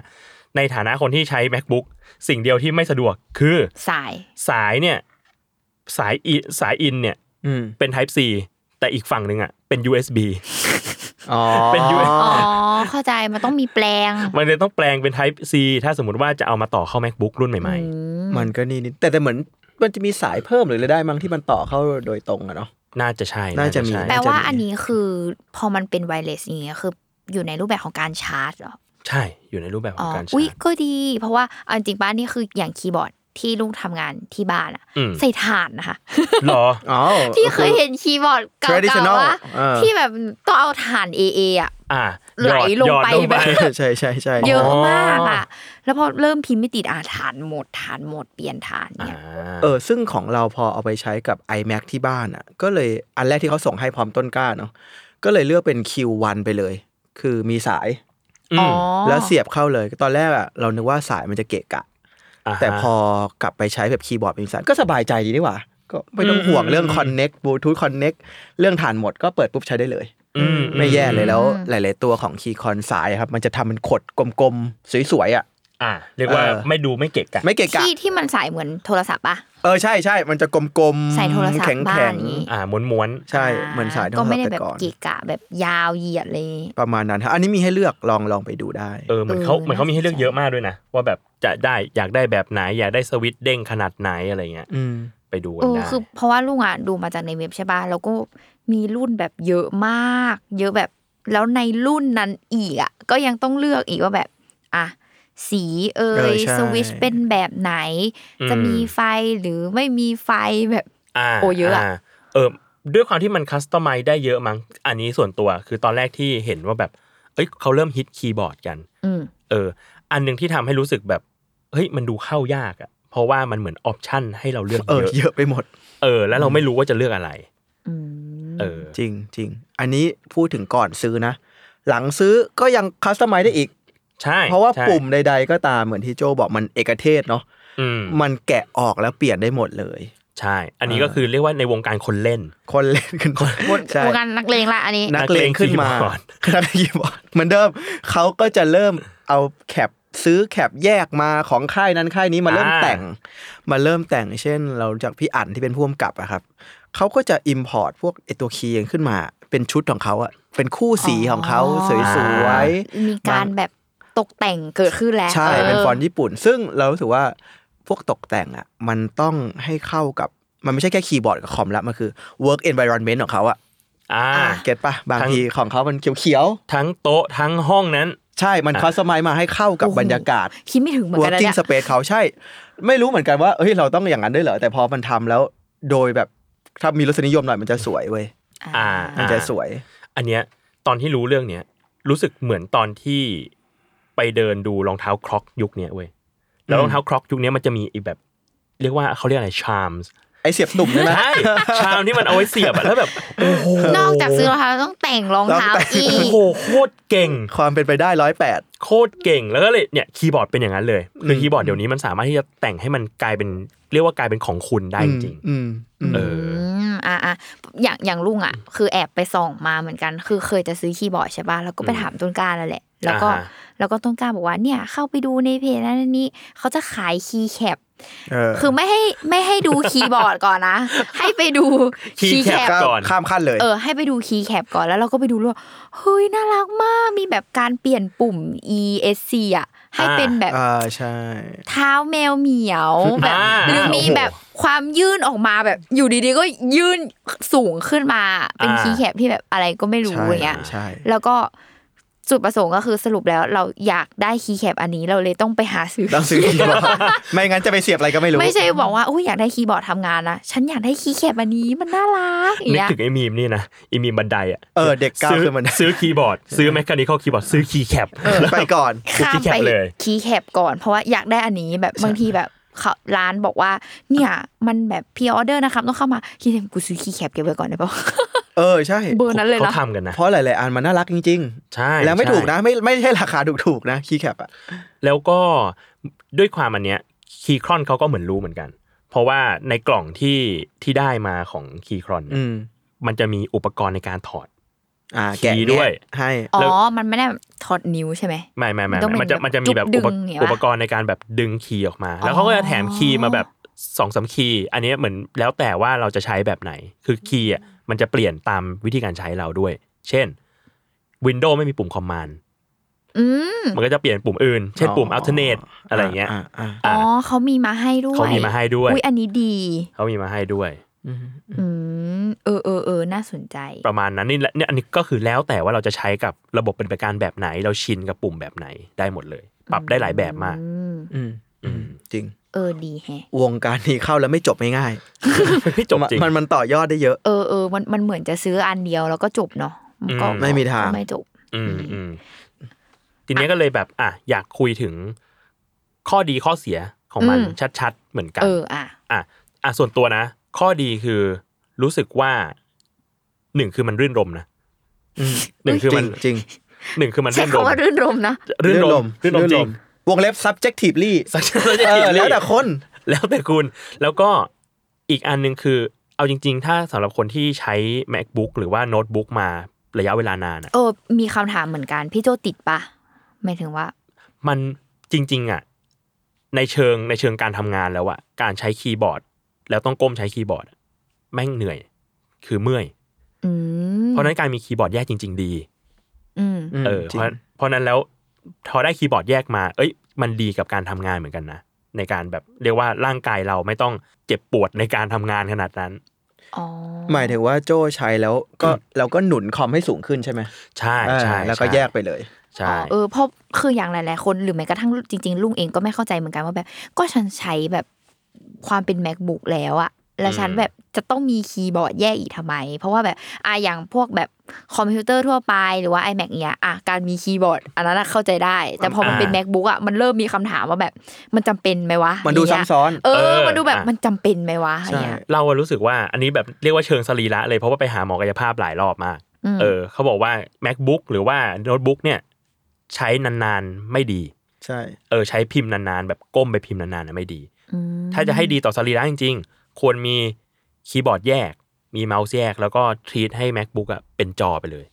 D: ในฐานะคนที่ใช้ MacBook สิ่งเดียวที่ไม่สะดวกคือ
B: สาย
D: สายเนี่ยสายอิสายอินเนี่ย
C: อืม
D: เป็น Type C แต่อีกฝั่งหนึ่งอ่ะเป็น USB
C: อ๋อ
D: เป็น USB
B: อ๋อ เข้าใจ มันต้องมีแปลง
D: มันเลยต้องแปลงเป็น Type C ถ้าสมมติว่าจะเอามาต่อเข้า MacBook รุ่นใหม่
B: อืม
C: มันก็นี่นิดแต่แต่เหมือนมันจะมีสายเพิ่มหรืออะไรได้มั้งที่มันต่อเข้าโดยตรงอะเนาะ
D: ๆ น่าจะใช่
C: น่าจะมี
D: ใช่
B: แปลว่า
C: จะมี
B: อันนี้คือ พอมันเป็นไวเลสอย่างเงี้ยคืออยู่ในรูปแบบของการชาร์จเหรอ
D: ใช่อยู่ในรูปแบบข
B: อ๋
D: อ
B: อ
D: งการชา
B: อุ๊ย
D: ร์จ
B: ก็ดี เพราะว่าเอาจริงๆป้านี่คืออย่างคีย์บอร์ดที่ลูกทำงานที่บ้านอะ
D: อืม
B: ใส่ถ่านนะคะ
D: หรอ
C: อ๋อ
B: ที่เคยเห็นคีย์บอร์ดเก่า
C: Traditional
B: ๆอะ
C: เออ
B: ที่แบบต้องเอาฐาน AA อ่ะ
D: อ่า
B: ไหลลง
D: ยอด
B: ไป
D: ยอด
B: แบบ
C: ใช่ใช่ใช่
B: เยอะมากอ่ะ แล้วพอเริ่มพิมพ์ไม่ติดอ่ะฐานหมดฐานหมดเปลี่ยนฐาน
D: อ่า
B: เนี่ย
C: เออซึ่งของเราพอเอาไปใช้กับ iMac ที่บ้านอ่ะ ก็เลยอันแรกที่เขาส่งให้พร้อมต้นกล้าเนาะก็เลยเลือกเป็น Q1 ไปเลย คือมีสาย
D: ม
B: อ๋อ
C: แล้วเสียบเข้าเลย ตอนแรกอ่ะเรานึกว่าสายมันจะเกะกะ
D: าฮะ
C: แต่พอกลับไปใช้แบบคีย์บอร์ดเป็นสายก็สบายใจดีนี่หว่า ก็ไม่ต้องห่วงเรื่อง Connect Bluetooth Connect เรื่องฐานหมดก็เปิดปุ๊บใช้ได้เลย
D: อืม
C: ไม่แย่เลยแล้ว หลาย ๆ ตัวของคีย์คอนสายอะครับ มันจะทำเป็นขดกลม ๆ สวย ๆ อ่ะ
D: อ่าเรียกว่า
C: เออ
D: ไม่ดูไม่เกะกะ
C: ไม่เกะกะ
B: ที่ที่มันสายเหมือนโทรศัพท์ป่ะ
C: เออ ใช่ใช่มันจะกลม ๆ
B: ใส่โทรศัพท์
C: แข็ง
B: บ้า
C: แข็
B: นอ
C: ง
B: ย่างงี้
D: อ่าม้วนม้วน
C: ใช่ เหมือนสายโทร
B: ก็
C: ศัพ
B: ไม่ได้
C: ท์
B: แบ
C: แต่
B: บ
C: ก่อน
B: เกะกะแบบยาวเหยียดเลย
C: ประมาณนั้นฮะอันนี้มีให้เลือกลองลองไปดูได้
D: ๆเออเหมือนเขา
B: เออ
D: เหมือนเขามีให้เลือก
B: น่าสนใจ
D: เยอะมากด้วยนะ ว่าแบบจะได้อยากได้แบบไหน อยากได้สวิตช์เด้งขนาดไหนอะไรเงี้ย
C: อืม
D: ไปดูกั
B: เอน อ
D: ได้
B: คือเพราะว่าลุงอ่ะดูมาจากในเว็บใช่ป่ะแล้วก็มีรุ่นแบบเยอะมาก เยอะแบบแล้วในรุ่นนั้นอีกอ่ะก็ยังต้องเลือกอีกว่าแบบอ่ะสีเอ่
C: เออย ใช่
B: สวิตชเป็นแบบไหน จะมีไฟหรือไม่มีไฟแบบ
D: อ่า
B: โอ้เยอะอะ
D: าเออด้วยความที่มันคัสตอมไมได้เยอะมั้งอันนี้ส่วนตัวคือตอนแรกที่เห็นว่าแบบ เอ้ยเขาเริ่มฮิตคีย์บอร์ดกัน
B: อืม
D: เออ อันหนึ่งที่ทำให้รู้สึกแบบเฮ้ยมันดูเข้ายากอะเพราะว่ามันเหมือนออปชั่นให้เราเลือก
C: เออ
D: เยอะ
C: เยอะไปหมด
D: เออแล้วเราไม่รู้ว่าจะเลือกอะไร
B: อืม
D: เออ
C: จริงจริงอันนี้พูดถึงก่อนซื้อนะ หลังซื้อก็ยังคัสตอมไมได้อีก
D: ใช่
C: เพราะว่า
D: ใช่
C: ปุ่มใด ๆ ก็ตามเหมือนที่โจบอกมันเอกเทศเนาะ
D: อืม
C: มันแกะออกแล้วเปลี่ยนได้หมดเลย
D: ใช่ อันนี้ก็คือเรียกว่าในวงการคนเล่น
C: คนเล่นขึ้นคนใช่
B: วงการนักเลงละอันนี้
C: นักเลงขึ้นมา
D: นักเลงคีย์บอร์ด
C: นักเลงคีย์บอร์ดเหมือนเดิมเขาก็จะเริ่มเอาแคปซื้อแคปแยกมาของค่ายนั้นค่ายนี้มาเริ่มแต่ง มาเริ่มแต่งเช่น เรารู้จากพี่อั๋นที่เป็นผู้กำกับอะครับเขาก็จะ import พวกไอตัวคีย์ขึ้นมา เป็นชุดของเขาอะเป็นคู่สีของเขา
B: อ๋
C: ส
B: อ
C: วย
B: มีการแบบตกแต่งเกิดขึ้นแล้ว
C: ๆใช่
B: ออ
C: เป็นฟอนต์ญี่ปุ่น ซึ่งเรารู้สึกว่าพวกตกแต่งอะมันต้องให้เข้ากับมันไม่ใช่แค่คีย์บอร์ดกับคอมละมันคือ work environment ของเขาอะ
D: อ่า
C: เก็ตปะบาง
D: ทั้ง
C: ทีของเขามันเขียวๆ
D: ทั้งโต๊ะทั้งห้องนั้น
C: ใช่ มัน
D: อ่ะ
C: คอสตอมไมซ์มาให้เข้ากับบรรยากาศ
B: คิดไม่ถึงเหมือนกันนะเนี่
C: working
B: ย
C: space เขาใช่ ไม่รู้เหมือนกันว่า เฮ้ย เราต้องอย่างนั้นด้วยเหรอ แต่พอมันทำแล้วโดยแบบ ถ้ามีรสนิยมหน่อยมันจะสวยเว้ย
D: อ่า
C: มันจะสวย
D: อันเนี้ยตอนที่รู้เรื่องเนี้ยรู้สึกเหมือนตอนที่ไปเดินดูรองเท้าครอกยุคเนี้ยเว้ยแล้วรองเท้าครอกยุคเนี้ยมันจะมีไอีแบบ เรียกว่าเขาเรียกอะไรชามส์
C: ไอเสียบตุ่มใช่ไหม
D: ใช่
C: (laughs)
D: ชามที่มันเอาไว้เสียบอะแล้วแบบโอ้โห
B: นอกจากซื้อรองเท้าต้องแต่งรองเท้า
C: ต้องแต่ง
B: อี
D: โอ้
B: ก
D: โหโคตรเก่ง
C: ความเป็นไปได้ร้อยแปด
D: โคตรเก่งแล้วก็เลยเนี่ยคีย์บอร์ดเป็นอย่างนั้นเลยคือ
C: ม
D: คีย์บอร์ดเดี๋ยวนี้มันสามารถที่จะแต่งให้มันกลายเป็นเรียกว่ากลายเป็นของคุณได้จริง
C: อืมอืม
D: เออ
B: อืมอ่ะอ่ะอย่างอย่างลุงอ่ะ คือแอบไปส่องมาเหมือนกัน คือเคยจะซื้อคีย์บอร์ดใช่ป่ะแล้วก็ไปถามต้นกล้าแล้วแหละ แล้วก็
D: อ่าฮะ
B: แล้วก็ต้นกล้าบอกว่าเนี่ยเข้าไปดูในเพจนั้นนี่เขาจะขายคีย์แคป
C: เออ
B: คือไม่ให้ไม่ให้ดูคีย์บอร์ดก่อนนะ ให้ไปดู
D: คีย์แคป
B: keycap
D: ก่อน
C: ข้ามขั้นเลย
B: เออให้ไปดูคีย์แคปก่อนแล้วเราก็ไปดูแล้วเฮ้ยน่ารักมากมีแบบการเปลี่ยนปุ่ม ESC อ่ะให้เป็นแบบ
C: อ่า ใช่
B: เท้าแมวเหมียวแบบ
D: อ่า
B: หรือมี
D: โอ้โห
B: แบบความยื่นออกมาแบบอยู่ดีๆก็ยื่นสูงขึ้นมา เป็น
D: อ่า
B: คีย์แคปที่แบบอะไรก็ไม่รู้
C: ใช่
B: อย่างเงี้ย
C: ใช่
B: แล้วก็จุดประสงค์ก็คือสรุปแล้วเราอยากได้คีย์แคปอันนี้เราเลยต้องไปหาซื้อ
C: ต้องซื้อคีย์บอร์ด ไม่งั้นจะไปเสียบอะไรก็ไม่รู้
B: ไม่ใช่บอกว่าอุ้ยอยากได้คีย์บอร์ดทำงานนะฉันอยากได้คีย์แคปอันนี้มันน่ารักอย่าง
D: นึก
B: เงี้ย
D: ถึงไอ้มีมนี่นะไอ้มีมบันไดอะ
C: เออเด็กก้าว
D: ซื้อ
C: ขึ้นบันได
D: ซื้อคีย์บอร์ด ซื้อแมคคานิคอลคีย์บอร์ดซื้อคีย์แคป
C: ไปก่อน
B: ข้าม
D: คีย์แค
B: ไป
D: ปเลย
B: คีย์แคปก่อน เพราะว่าอยากได้อันนี้แบบบางทีแบบเขาร้านบอกว่าเนี่ยมันแบบพีออเดอร์นะครับต้องเข้ามาคีย์แคปกูซื้อคีย์แคปเก็บไว้ก่อนได้ปะ (laughs)
C: เออ ใช่
B: เบอร์นั้นเลย
D: เขา
B: นะ
D: ทำกันนะ
C: เพราะหลายๆอันมันน่ารักจริง
D: ใช่
C: ๆ แล้วไม่
D: ใช่
C: ถูกนะ ไม่ไม่ใช่ราคาถูกๆนะ คีย์แคปอะ
D: แล้วก็ด้วยความอันเนี้ยคีย์ครอนเขาก็เหมือนรู้เหมือนกัน เพราะว่าในกล่องที่ที่ได้มาของคีย์ครอน
C: อืม
D: มันจะมีอุปกรณ์ในการถอด
C: อ่า
D: ขี่
C: แกะ
D: ด้วย
C: แงะให้
B: อ๋
D: แล้ว
B: อ มันไม่ได้แบบถอดนิ้วใช่ไหม
D: ไม่ไม่ไม่
B: มันต้องเป็น
D: มัน
B: แบ
D: จะ
B: บ
D: มันจะมีแบบ
B: จุ
D: อุ
B: ด
D: ป
B: ดึ
D: กรง ณ์
B: อย่างเงี้ย
D: อุปกรณ์ในการแบบดึงคีย์ออกมา แล้วเขาก็จะแถมคีย์มาแบบสองสามคีย์อันเนี้ยเหมือนแล้วแต่ว่าเราจะใช้แบบไหน คือคีย์อ่ะมันจะเปลี่ยนตามวิธีการใช้เราด้วย เช่น Windows ไม่มีปุ่ม Command
B: อืม
D: มันก็จะเปลี่ยนปุ่มอื่น เช่นปุ่ม
C: อ๋อ
D: alternate อะไรเงี้ย
C: อ่าอ่าอ่า
B: อ๋อเขามีมาให้ด้วย
D: เขามีมาให้ด้วย
B: อุ้ยอันนี้ดี
D: เขามีมาให้ด้วย
B: อืม เออเออเออน่าสนใจ
D: ประมาณนั้นนี่แหละเนี่ยอันนี้ก็คือแล้วแต่ว่าเราจะใช้กับระบบเป็นประการแบบไหน เราชินกับปุ่มแบบไหนได้หมดเลย ปรับได้หลายแบบมาก
B: อืม
C: อืมอืมจริง
B: เออดีแฮะ
C: วงการนี้เข้าแล้วไม่จบง่าย
D: ไม่ (laughs) จบจริง
C: ๆมันมันต่อยอดได้เยอะ
B: เออเออมันมันเหมือนจะซื้ออันเดียวแล้วก็จบเนาะนก็
D: อืม
C: ไม่มีทาง
B: ก็ไม่จบ
D: อืมอืมทีเนี้ยก็เลยแบบ อ่ะอยากคุยถึงข้อดีข้อเสียของมัน
B: อืม
D: ชัดๆ เหมือนกัน
B: เอออ่ะ
D: อ่ะอ่ะส่วนตัวนะ ข้อดีคือรู้สึกว่าหนึ่งคือมันรื่นรมนะ
C: อืม
D: หนึ่งคือมัน
C: จริง
D: หนึ่งคือมัน
B: ใช้
D: รื่นรม
B: คำว่ารื่นรมนะ
C: ๆ
D: รื่นรมรื่นรมจริง (laughs)
C: วงเล็บ subjectively
D: สักสัก
C: เออแล้วแต่คน
D: แล้วแต่คุณ แล้วก็อีกอันหนึ่งคือ เอาจริง ๆ ถ้าสำหรับคนที่ใช้ macbook หรือว่าโน้ตบุ๊กมาระยะเวลานานอะ
B: เออ มีคำถามเหมือนกัน พี่โจติดปะหมายถึงว่า
D: มันจริง ๆ อ่ะ ในเชิงในเชิงการทำงานแล้วอ่ะการใช้คีย์บอร์ด แล้วต้องก้มใช้คีย์บอร์ดอะแม่งเหนื่อย คือเมื่อย
B: อืม
D: เพราะฉะนั้นการมีคีย์บอร์ดแยกจริง ๆ ดี
B: อืม
C: อืม
D: เออ
C: จริ
D: เพ
C: ง
D: ราะเพราะฉะนั้นแล้วพอได้คีย์บอร์ดแยกมา เอ้ย มันดีกับการทำงานเหมือนกันนะ ในการแบบเรียกว่าร่างกายเราไม่ต้องเจ็บปวดในการทำงานขนาดนั้น
B: อ๋อ
C: หมายถึงว่าโจใช้แล้วก็เราก็หนุนคอมให้สูงขึ้นใช่ไหม
D: ใช่ใช่
C: อ่าแล้วก็แยกไปเลย
D: ใช่
B: เออเพราะคืออย่างหลาย ๆ คนหรือแม้กระทั่งจริง ๆ ลุงเองก็ไม่เข้าใจเหมือนกันว่าแบบ ก็ฉันใช้แบบความเป็น macbook แล้วอะแล้วฉันแบบจะต้องมีคีย์บอร์ดแยกอีกทำไม เพราะว่าแบบอ่ะอย่างพวกแบบคอมพิวเตอร์ทั่วไปหรือว่า iMac เนี้ยอ่ะการมีคีย์บอร์ดอันนั้นอะเข้าใจได้ แต่พอมันเป็น macbook อะมันเริ่มมีคำถามว่าแบบมันจำเป็นไหมวะ
C: มันดูซ้ำซ้อน
B: เออ มันดูแบบมันจำเป็นไหมวะอะไร
C: ใช่
B: เงี้ย
D: เราอะรู้สึกว่าอันนี้แบบเรียกว่าเชิงสรีระเลยเพราะว่าไปหาหมอกายภาพหลายรอบมาก
B: อืม
D: เออเขาบอกว่า macbook หรือว่าโน้ตบุ๊กเนี่ย ใช้นานๆไม่ดี
C: ใช่
D: เออ ใช้พิมพ์นานๆ แบบก้มไปพิมพ์นานๆนะไม่ดี
B: อืม
D: ถ้าจะให้ดีต่อสรีระจริง ๆ ควรมีคีย์บอร์ดแยก มีเมาส์แยก แล้วก็ทรีตให้ macbook อ่ะเป็นจอไปเลย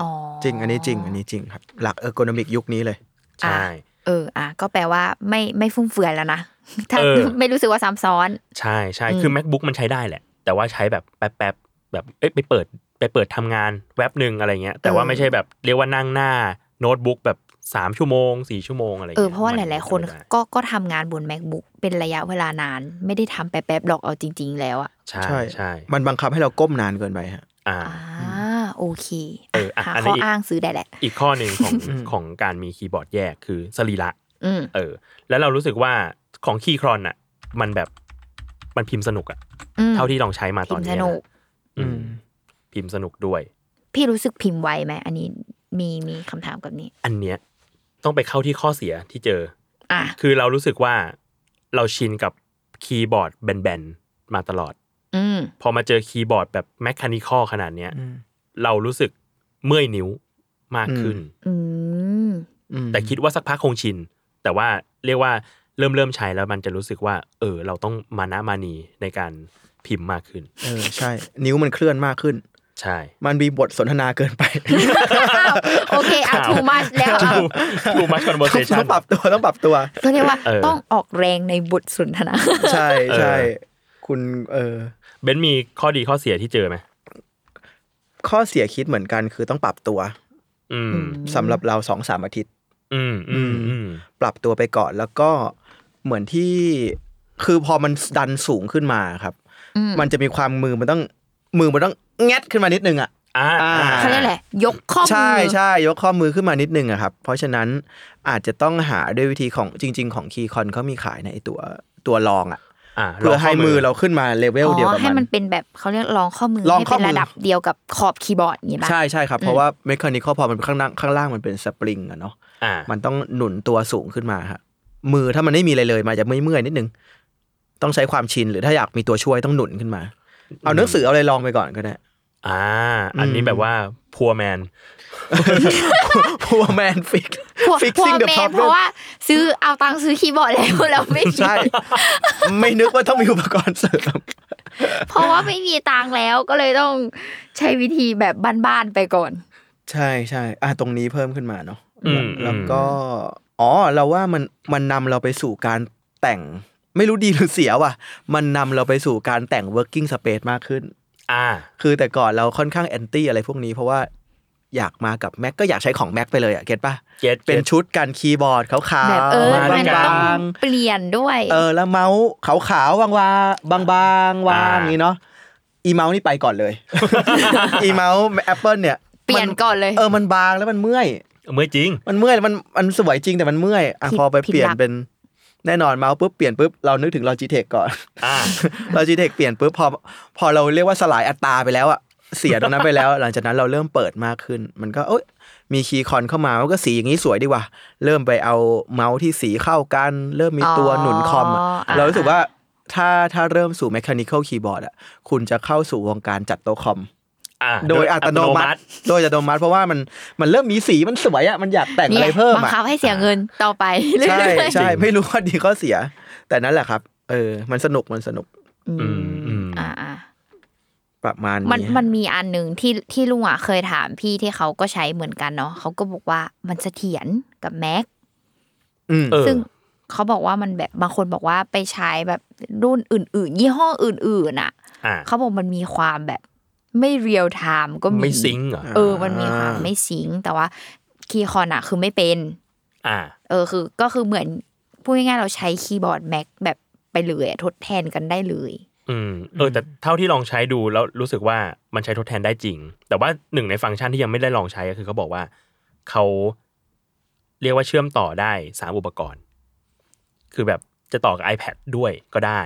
B: อ๋อ
C: จริง อันนี้จริง อันนี้จริงครับ หลักเออร์โกนมิกยุคนี้เลย
D: ใช่
B: เอออ่ะก็แปลว่าไม่ไม่ฟุ่มเฟือยแล้วนะ (laughs) ถ้า
D: เออ
B: ไม่รู้สึกว่าซ้ำซ้อน
D: ใช่ใช่
B: อืม
D: คือ macbook มันใช้ได้แหละ แต่ว่าใช้แบบแป๊บแป๊บๆแบบเอ้ยไปเปิดไปเปิดทำงานแว็บหนึ่งอะไรเงี้ย แต่ว่าไม่ใช่แบบเรียกว่านั่งหน้าโน้ตบุ๊กแบบสามชั่วโมงสี่ชั่วโมงอะไร
B: เออ
D: งี้ย
B: เพราะว่าห
D: มั
B: ลาย ๆ คน
D: ไม่ได้
B: ก็ก็ทำงานบน macbook เป็นระยะเวลานาน ไม่ได้ทำแป๊บๆหรอกเอาจริง ๆ แล้วอะ
D: ใช่
C: ใช่
D: ใช่
C: มันบังคับให้เราก้มนานเกินไปฮะ
D: อ่า
B: อ่าโอเค
D: เอออ่ะ
B: หา
D: อันนี้
B: ข้อ
D: อีก
B: อ้างซื้อได้แหละ
D: อีกข้อหนึ่งของของการมีคีย์บอร์ดแยกคือสรีระ
B: อืม
D: เออ แล้วเรารู้สึกว่าของคีย์ครอนอ่ะ มันแบบมันพิมพ์สนุกอ่ะ
B: อืม
D: เท่าที่ลองใช้มาต
B: พิ
D: อน
B: มพ์ส
D: เนี้ยนะ
B: นุก
D: อืมพิมพ์สนุกด้วย
B: พี่รู้สึกพิมพ์ไวไหมอันนี้มีมีคำถามกับนี้
D: อันเนี้ยต้องไปเข้าที่ข้อเสียที่เจอ
B: อ่ะ
D: คือเรารู้สึกว่าเราชินกับคีย์บอร์ดแบนๆ มาตลอด
B: อืม
D: พอมาเจอคีย์บอร์ดแบบแมคคานิคอลขนาดเนี้ย
C: อืม
D: เรารู้สึกเมื่อยนิ้วมากขึ้น
B: อืม
C: อืม
D: แต่คิดว่าสักพักคงชิน แต่ว่าเรียกว่าเริ่มเริ่มใช้แล้วมันจะรู้สึกว่า เออ เราต้องมานะมานีในการพิมพ์มากขึ้น
C: เออใช่ นิ้วมันเคลื่อนมากขึ้น
D: ใช่
C: มันมีบทสนทนาเกิน
D: (laughs)
C: ไป
B: อ้าวโอเคอ่ะทูมัชแล้ว
D: ทูทูมัชคอนเวอร์เซชั
C: (laughs) ต้
D: น
C: องปรับตัวต้องปรับตัว
B: ก็ (laughs) เรียกว่า
D: เออ
B: ต้องออกแรงในบทสนทนา (laughs)
C: ใช่ใช่
D: เออ
C: คุณเออ
D: เบนซ์มีข้อดีข้อเสียที่เจอไหม
C: ข้อเสียคิดเหมือนกันคือต้องปรับตัว
D: อืม
C: สำหรับเราสองสามอาทิตย์
D: อืมอืมอืม
C: ปรับตัวไปก่อนแล้วก็เหมือนที่คือพอมันดันสูงขึ้นมาครับ
B: อืม
C: มันจะมีความมือมันต้องมือมันต้องแงดขึ้นมานิดนึงอ่ะ
D: อ่า
C: อ่า
D: อ่า
B: เขาเรียกแหละไรยกข้อมือ
C: ใช่ใช่ยกข้อมือขึ้นมานิดนึงอะครับ เพราะฉะนั้นอาจจะต้องหาด้วยวิธีของจริง ๆ ของคีคอนเขามีขายในไอ้ตัวตัวรองอ่ะ
D: อ่า
C: เพื่อให้มือเราขึ้นมาเลเวลเดียว
B: อ๋
C: กั
B: อบ ให้
C: มั
B: มัน นเป็นแบบเขาเรียกรองข้อมือ
C: รอง
B: ให้
C: ข้อ
B: เป็น
C: มือ
B: ระดับเดียวกับขอบคีย์บอร์ดอย่างงี้ป่ะ
C: ใช่ใช่ครับ เพราะว่าเมคานิคอลพอมันข้างล่างข้างล่างมันเป็นสปริงอะเนาะ
D: อ่า
C: มันต้องหนุนตัวสูงขึ้นมาฮะมือถ้ามันไม่มีอะไรเลยมันจะเมื่อยๆนิดนึง ต้องใช้ความชินหรือถ้าอยากมีตัวช่วยต้องหนุนขึ้นมา เอาหนังสือเอาอะไรลองไปก่อนก็ได้
D: อ่า อันนี้แบบว่าพัวแมน
C: พัวแมนฟิก
B: พวก
C: fixing
B: พวก
C: the
B: เมน
C: problem
B: เพราะว่าซื้อเอาตังค์ซื้อคีย์บอร์ดแล้วเราไม่มี
C: ใช่ ไม่นึกว่าต้องมีอุปกรณ์เสริม
B: (laughs) เพราะว่าไม่มีตังค์แล้วก็เลยต้องใช้วิธีแบบบ้านๆไปก่อน
C: ใช่ใช่อ่ะตรงนี้เพิ่มขึ้นมาเนาะ
D: อืม
C: แล้วก็ อ๋อ เราว่ามันมันนำเราไปสู่การแต่ง ไม่รู้ดีหรือเสียว่ะ มันนำเราไปสู่การแต่ง working space มากขึ้น
D: อ่า
C: คือแต่ก่อนเราค่อนข้างแอนตี้อะไรพวกนี้ เพราะว่าอยากมากับแม็กก็อยากใช้ของแม็กไปเลยอ่ะเก็ตปะ
D: เก็ต
C: เป็นชุดกันคีย์บอร์ดขาว
B: แบบเออ
C: ๆ
D: มาด้
B: มั
D: วย
B: น
D: กั
B: ต้อง
C: บาง
B: เปลี่ยนด้วย
C: ๆเออแล้วเมาส์ขาวๆวางๆบางๆวางอย่างนี้เนาะอีเมาส์นี่ไปก่อนเลย
B: (laughs)
C: อีเมาส์แอปเปิลเนี่ย
B: เปลี่ยนก่อนเลย
C: เออมันบางแล้วมันเมื่อย
D: เมื่อจริง
C: มันเมื่อยมันมันสวยจริงแต่มันเมื่อยอ่ะ
B: ผิด
C: พอไป
B: ผิด
C: เปลี่ยน
B: หลัก
C: เป็นแน่นอนเมาส์ปุ๊บเปลี่ยนปุ๊บเรานึกถึง Logitech ก่อน
D: อ่า
C: Logitech (laughs) เปลี่ยนปุ๊บพอพอเราเรียกว่าสลายอัตราไปแล้วอะเสียตรงนั้นไปแล้ว (laughs) หลังจากนั้นเราเริ่มเปิดมากขึ้น มันก็เอ้ยมีคีย์คอนเข้ามามันก็สีอย่างนี้สวยดีว่ะเริ่มไปเอาเมาส์ที่สีเข้ากัน เริ่มมีตัวหนุนคอมอะ
B: อ๋ออ่า
C: เรารู้สึกว่าถ้าถ้าเริ่มสู่ mechanical keyboard อะคุณจะเข้าสู่วงการจัดโต๊ะคอม
D: อ่า
C: โดยอัตโนมัติ โดยอัตโนมัติเพราะว่ามันมันเริ่มมีสีมันสวยอะมันอยากแต่งอะไรเพิ่ม
B: บั
C: อะ
B: งคับให้เสียเงินต่อไป (laughs) เรื่
C: ใช่
B: อย
C: ใช่ไม่รู้ว่าดีข้อเสีย แต่นั่นแหละครับ เออ มันสนุกมันสนุก
B: ๆอืม
D: อืม
B: อ่าอ่า
C: ประมาณนี้
B: มันมันมีอันหนึ่งที่ที่ลุงอ่ะเคยถามพี่ที่เขาก็ใช้เหมือนกันเนาะเขาก็บอกว่ามันเสถียรกับแม็ก
C: อืม
D: เออ
B: ซึ่งเขาบอกว่ามันแบบบางคนบอกว่าไปใช้แบบรุ่นอื่น ๆ ยี่ห้ออื่น ๆ อ่ะ
D: อ่า
B: เขาบอกมันมีความแบบไม่เรียลไทม์ก็มี
D: ไม่ซิงค์เหรอ
B: เออ มันมีความไม่ซิงค์แต่ว่าคีย์คอนอ่ะ คือไม่เป็น
D: อ่า
B: เออคือก็คือเหมือนพูดง่ายๆเราใช้คีย์บอร์ดแม็กแบบไปเลยอะทดแทนกันได้เลย
D: อืมเออแต่เท่าที่ลองใช้ดูแล้วรู้สึกว่ามันใช้ทดแทนได้จริง แต่ว่าหนึ่งในฟังก์ชันที่ยังไม่ได้ลองใช้ก็คือเขาบอกว่าเขาเรียกว่าเชื่อมต่อได้สามอุปกรณ์ คือแบบจะต่อกับ iPad ด้วยก็ได้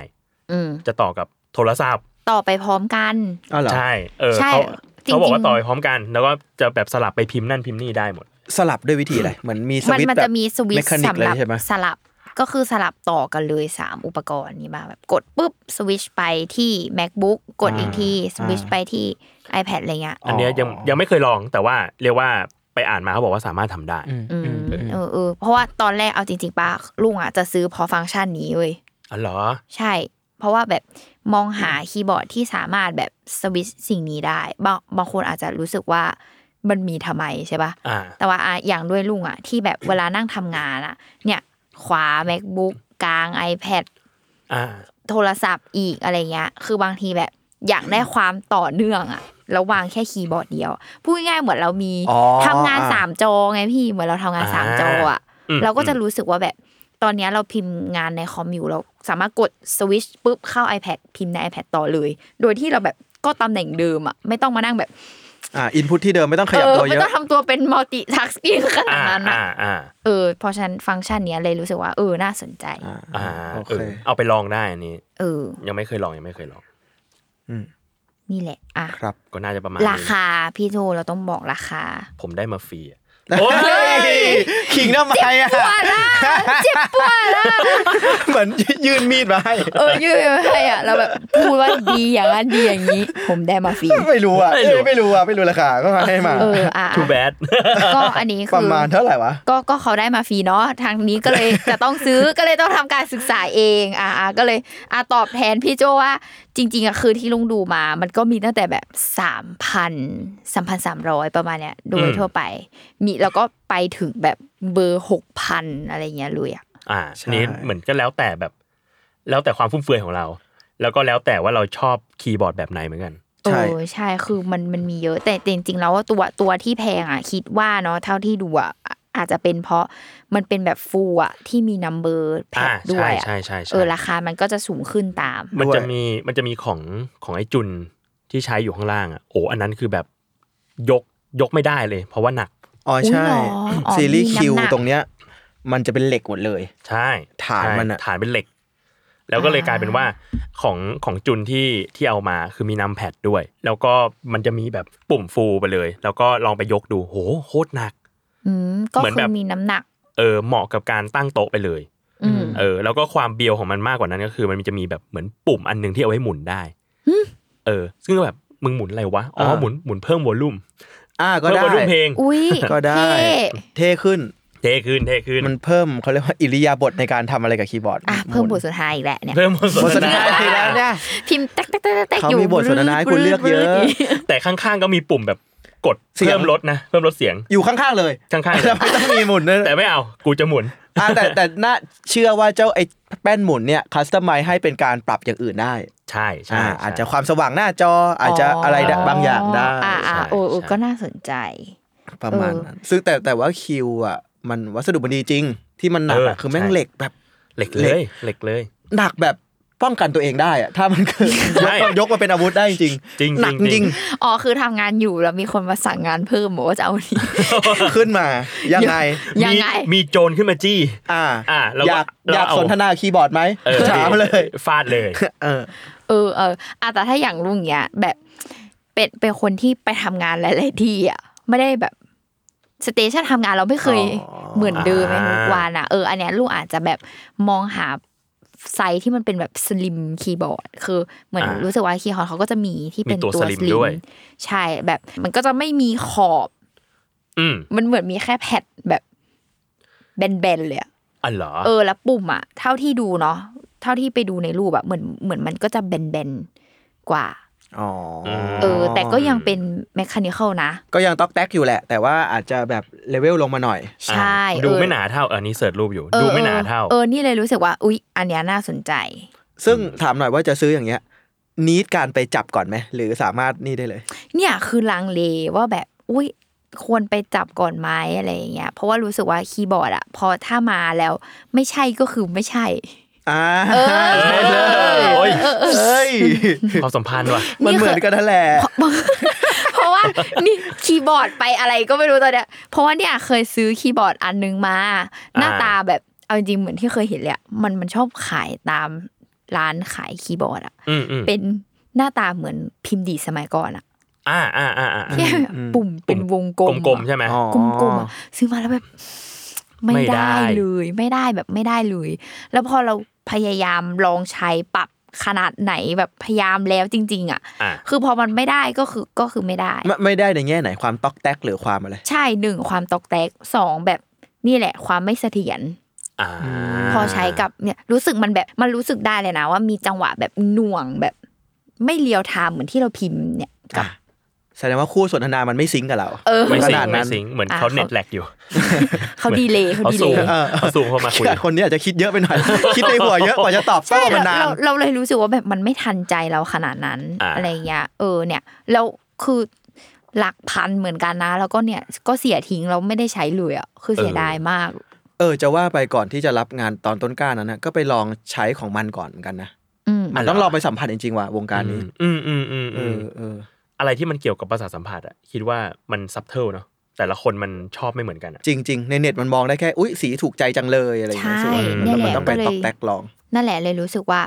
B: อืม
D: จะต่อกับโทรศัพท์
B: ต่อไปพร้อมกัน
C: อ๋อเหรอ
D: ใช่ เออ
B: ใช่
D: เขา
B: จริงๆ
D: เขาบอกว่าต่อไปพร้อมกัน แล้วก็จะแบบสลับไปพิมพ์นั่นพิมพ์นี่ได้หมด
C: สลับด้วยวิธีอะไรเหมือนมีส
B: มัน
C: วิตช์
B: มัน
C: แบ
B: จะ
C: บ
B: มีสวิต
C: เม
B: ช์
C: คานิก
B: สำห
C: เลย
B: รับ
C: ใช่ไหม
B: สลับก็คือสลับต่อกันเลย 3 อุปกรณ์นี้มาแบบกดปุ๊บสวิตชไปที่ macbook กดอีกทีสวิตชไปที่ iPad อะไรเงี้ย
D: อันเนี้ยยังยังไม่เคยลองแต่ว่าเรียกว่าไปอ่านมาเขาบอกว่าสามารถทำได้
B: อืมเออเออเพราะว่าตอนแรกเอาจริงๆป้าลุงอ่ะจะซื้อเพราะฟังก์ชันนี้เว้ย
D: อ๋อเหรอ
B: ใช่ เพราะว่าแบบ มองหาคีย์บอร์ดที่สามารถแบบสวิตช์สิ่งนี้ได้ บางบางคนอาจจะรู้สึกว่ามันมีทำไมใช่ปะ
D: อ่า
B: แต่ว่าอ่ะอย่างด้วยลุงอ่ะที่แบบเวลานั่งทำงานอ่ะ เนี่ยขวา macbook กลาง iPad
D: อ่า
B: โทรศัพท์อีกอะไรเงี้ย คือบางทีแบบอยากได้ความต่อเนื่องอ่ะเราวางแค่คีย์บอร์ดเดียว พูดง่ายๆเหมือนเรามี
C: อ๋อ
B: ทำงาน
C: อ่ะ
B: สามจอไงพี่ เหมือนเราทำงาน
D: อ่า
B: สามจออ่ะ
D: อืม
B: เราก็จะรู้สึกว่าแบบตอนเนี้ยเราพิมพ์งานในคอมอยู่เราสามารถกดสวิตช์ปุ๊บเข้า iPad พิมพ์ใน iPad ต่อเลย โดยที่เราแบบก็ตำแหน่งเดิมอ่ะไม่ต้องมานั่งแบบ
C: อ่าอินพุตที่เดิมไม่ต้องขยับ
B: เออ
C: ตัว
B: ไม่
C: เยอะ
B: ต้องทำตัวเป็นมัลติทัสกิ้งขนาด
D: อ่า
B: นั้นอะ
D: อ่าอ่า
B: เออเพราะฉะนันฟังก์ชันเนี้ยเลยรู้สึกว่าเออน่าสนใจ
D: อ่า
C: โอ
D: เอ
C: เค
D: อเอาไปลองได้อันนี้
B: เออ
D: ยังไม่เคยลองยังไม่เคยลอง
B: นี่แหละอ่ะ
C: ครับ
D: ก็น่าจะประมาณ
B: รา
D: นี้
B: คาพี่โทเราต้องบอกราคา
D: ผมได้มาฟรีอะโอ้ย
C: ขิงทำไมอ่ะ
B: ปวดละเจ็บปวดละ
C: เหมือนยื่นมีดมาให้
B: เออยืดไปอ่ะเราแบบพูดว่าดีอย่างนั้นดีอย่างนี้ ผมได้มาฟรี
C: ไม่รู้อ่ะ
D: ไม่
C: เอ้
D: รู้
C: ยไม่รู้อ่ะไม่รู้ราคาก็ให้มา
B: เอออ่ะ
D: (laughs) too bad (laughs)
B: ก็อันนี้
C: ป
B: คื
C: ระ
B: อ
C: มาณเท่าไหร่วะ
B: ก็ก็เขาได้มาฟรีเนาะทางนี้ก็
D: (laughs)
B: เลยจะต้องซื้อก็เลยต้องทำการศึกษาเองอ่ะอ่ะก็เลยอ่ะตอบแทนพี่โจว่า จริง ๆอ่ะคือที่ลุงดูมา มันก็มีตั้งแต่แบบสามพันสามพันสามร้อยประมาณเนี้ยโดย
D: อืม
B: ทั่วไป มีแล้วก็ไปถึงแบบเบอร์หกพันอะไรเงี้ยเลยอ่ะ
D: อ่า
C: ใช่
D: อันนี้เหมือนก็แล้วแต่แบบ แล้วแต่ความฟุ่มเฟือยของเรา แล้วก็แล้วแต่ว่าเราชอบคีย์บอร์ดแบบไหนเหมือนกัน
B: โอ้
C: ใช่
B: ใช่คือมันมันมีเยอะ แต่แต่จริงๆแล้วว่าตัวตัวที่แพงอ่ะคิดว่าเนาะเท่าที่ดูอ่ะอาจจะเป็นเพราะมันเป็นแบบฟูลอ่ะที่มีนัมเบอร์แพ็
D: อ่า
B: คด้ว
D: ใช่
B: ยอ่ะ
D: ใช่ใช่ใช่
B: เออราคามันก็จะสูงขึ้นตาม
D: มันจะ
C: ด้วย
D: มีมันจะมีของของไอ้จุนที่ใช้อยู่ข้างล่างอ่ะโอ้อันนั้นคือแบบยกยกไม่ได้เลย เพราะว่าหนัก
C: อ๋อใช่
B: อุ๊ยเหรออ๋อ
C: ซีรีส์
B: มี
C: คิว
B: น้ำหนัก
C: ตรงเนี้ย มันจะเป็นเหล็กหมดเลย
D: ใช่
C: ฐาน
D: ใช่
C: มันอะ
D: ฐานเป็นเหล็ก แล้วก็เลยกลายเป็นว่าของของจุนที่ที่เอามาคือมีนัมแพดด้วย แล้วก็มันจะมีแบบปุ่มฟูไปเลย แล้วก็ลองไปยกดูโหโคตรหนัก
B: อืมก็
D: เหมือน
B: คื
D: แบ
B: อบ มีน้ำหนัก
D: เออเหมาะกับการตั้งโต๊ะไปเลย
B: อืม
D: เออแล้วก็ความเบียวของมันมากกว่านั้นก็คือ มันจะมีแบบเหมือนปุ่มอันหนึ่งที่เอาไว้หมุนได้
B: หึ
D: เออ ซึ่งก็แบบมึงหมุนอะไรวะอ๋อ
C: เออ
D: หมุนหมุนเพิ่มวอลลุ่ม
C: อ่าก็
D: เพิ่ม
C: ได้
D: วอลลุ่มเพลง
B: อุ้ย
C: ก็ได้
B: เท่
C: เท่ขึ้น
D: เทขึ้นเทขึ้น
C: มันเพิ่มเขาเรียกว่าอิริยาบถในการทำอะไรกับคีย์บอร์ด
B: อ่ะเพิ่มบทสนทนาอีกแหละเนี่ย
D: เพิ่ม
C: บทสนทนาทีกแล้วเนี่ย
B: พิมพ์แตกแตกแต๊กแตก
C: เขา
B: อยู่
C: มีบทสนทนาให้คุณเลือกเย
B: (laughs)
C: อะ
D: แต่ข้างๆก็มีปุ่มแบบกด
C: เสียง
D: เพิ่มลดนะเพิ่มลดเสียง
C: อยู่ข้างๆเลย (laughs)
D: ข้างๆเลย
C: แล้วไม่ต้องมีหมุนด้วย
D: (laughs) แต่ไม่เอากูจะหมุน
C: อ่าแต่แต่น่าเชื่อว่าเจ้าไอ้แป้นหมุนเนี่ยคัสตอมไมให้เป็นการปรับอย่างอื่นได้
D: ใช่ใช่
C: อ่า
D: ใช่
C: อาจจะความสว่างหน้าจออาจจะอะไรได้บางอย่างได้
B: อ่าอ่าโอ้โอ้ก็น่าสนใจ
C: ประมาณนั้นซึ่งแต่แต่ว่าคิวอ่ะมันวัสดุมันดีจริง ที่มันหนักอ่ะคือแม่งเหล็กแบบ
D: เหล็กเลยเหล็กเลย
C: หนักแบบป้องกันตัวเองได้อะถ้ามันเกิด
D: ใช่
C: ยกยกมาเป็นอาวุธได้จริง
D: จริง
C: หนักจ
D: จริ
C: ริ
D: ง
C: ง
B: อ๋อคือทำงานอยู่แล้วมีคนมาสั่งงานเพิ่มบอกว่าจะเอาอันนี้
C: ขึ้นมา ยังไง
B: ยังไง
D: มีมีโจรขึ้นมาจี้
C: อ่า
D: อ่าเรา
C: อยาก
D: เรา
C: อยาก
D: เอา
C: สนทนาคีย์บอร์ดไหม
D: ออ
C: ถามเลย
D: ฟาดเลย
C: เออ
B: เออเอออะแต่ถ้าอย่างลุงเนี้ยแบบเป็นเป็นคนที่ไปทำงานหลาย ๆ ที่อ่ะไม่ได้แบบสเตชันทำงานเราไม่เคย
C: อ๋อ
B: เหมือนเดิม
D: อ่า
B: ในทุกวันอ่ะเอออันเนี้ยลุงอาจจะแบบมองหาไซส์ที่มันเป็นแบบสลิมคีย์บอร์ดคือเหมือนรู้สึกว่าคีย์บอร์ดเขาก็จะมีที่
D: มี
B: เป็น
D: ตัว
B: ตัว
D: ส
B: ส
D: ลิม
B: ลิม
D: ด้วย
B: ใช่แบบมันก็จะไม่มีขอบ
D: อืม
B: มันเหมือนมีแค่แผ่นแบบแบน ๆ เลยอะ
D: อันเหรอ
B: เออแล้วปุ่มอ่ะเท่าที่ดูเนาะเท่าที่ไปดูในรูปอะเหมือนเหมือนมันก็จะแบนๆกว่า
C: อ๋อ
B: เออ แต่ก็ยังเป็นแมคานิคอลนะ
C: ก็ยังต๊อกแต๊กอยู่แหละ แต่ว่าอาจจะแบบเลเวลลงมาหน่อย
B: ใช่
D: อ่าดู
B: เออ
D: ไม่หนาเท่าอันนี้เสิร์ชรูปอยู่
B: ออ
D: ดูไม่หนาเท่า
B: เออนี่เลยรู้สึกว่า อุ๊ย อันเนี้ยน่าสนใจ
C: ซึ่งถามหน่อยว่าจะซื้ออย่างเงี้ยนีดการไปจับก่อนไหมหรือสามารถนี่ได้เลย
B: เนี่ยคือลังเลว่าแบบอุ้ยควรไปจับก่อนไหมอะไรอย่างเงี้ยเพราะว่ารู้สึกว่าคีย์บอร์ดอะพอถ้ามาแล้วไม่ใช่ก็คือไม่ใช่
C: อ่า
B: เออ
C: ใช่เลย
D: โอ้ย
C: เอ้ย
D: ความสัมพันธ์ว่ะ
C: มันเหมือนกันนั่นแหละ
B: (laughs) เพราะว่านี่คีย์บอร์ดไปอะไรก็ไม่รู้ตอนเนี้ย เพราะว่าเนี่ยเคยซื้อคีย์บอร์ดอันนึงมา หน้าตาแบบเอาจริงๆเหมือนที่เคยเห็นเลยอะมันมันชอบขายตามร้านขายคีย์บอร์ดอะ
D: อืมอืม
B: เป็นหน้าตาเหมือนพิมพ์ดีดสมัยก่อนอะ
D: อ่าอ่าอ่าอ่า
B: ที่แบบปุ่มเป็นวงกลมอะ
D: กลมๆใช่ไหม
C: อ๋อ
B: กลมๆอะซื้อมาแล้วแบบ
D: ไม่
B: ไม่
D: ได้
B: ได้เลยไม่ได้แบบไม่ได้เลย แล้วพอเราพยายามลองใช้ปรับขนาดไหนแบบพยายามแล้วจริง ๆอะ
D: อ่า
B: คือพอมันไม่ได้ก็คือก็คือไม่ได้
C: ไม่ไม่ได้ในแง่ไหนความต๊อกแต๊กหรือความอะไร
B: ใช่หนึ่งความตอกแตกสองแบบนี่แหละ ความไม่เสถียร
D: อ่า
B: พอใช้กับเนี่ยรู้สึกมันแบบมันรู้สึกได้เลยนะ ว่ามีจังหวะแบบหน่วงแบบไม่เลียวไทม์เหมือนที่เราพิมพ์เนี่ยกับ
C: อ่ะแสดงว่าคู่สนทนามันไม่ซิงค์กับเรา
B: เออ
D: ไม่สิ
C: ข
D: ง
C: นาดนั้
D: ไม่
C: น
D: สิงเหมือนเขา
B: อ่ะ
D: เน็ตแลกอยู่
B: เขาดีเลยเขา
D: เขา
B: ดีเล
D: สูง
B: ย
D: เขาสูงเข้ามาคุย
C: คนนี้อาจจะคิดเยอะไปหน่อย คิดในหัวเยอะกว่าจะตอบโต้
B: ใช่
C: มัน
B: เรา
C: นาน
B: เราเราเลยรู้สึกว่าแบบมันไม่ทันใจเราขนาดนั้น
D: อ่า
B: อะไรเงี้ยเออเนี่ยแล้วคือหลักพันเหมือนกันนะ แล้วก็เนี่ยก็เสียทิ้งเราไม่ได้ใช้เลยอ่ะคือเสียดายมาก
C: เออจะว่าไปก่อนที่จะรับงานตอนต้นกล้านั้นนะก็ไปลองใช้ของมันก่อนเหมือนกันนะ
B: อืม
C: มันต้องลองไปสัมผัสจริงๆว่ะวงการนี้
D: อืมอืมอืม
C: เอ
D: อืม
C: อเออ
D: อะไรที่มันเกี่ยวกับภาษาทสัมผัสอะคิดว่ามันซับเทิลเนาะแต่ละคนมันชอบไม่เหมือนกันอะ
C: จริง ๆ ในเน็ตมันมองได้แค่อุ้ยสีถูกใจจังเลยอะไรอย่าง
B: ใช่
C: เงี้ยส่วน
B: เนี่ยแห
C: มัน
B: ละ
C: ต้องไป
B: ก็เล
C: ตอย กแตกลอง
B: นั่นแหละเลยรู้สึกว่า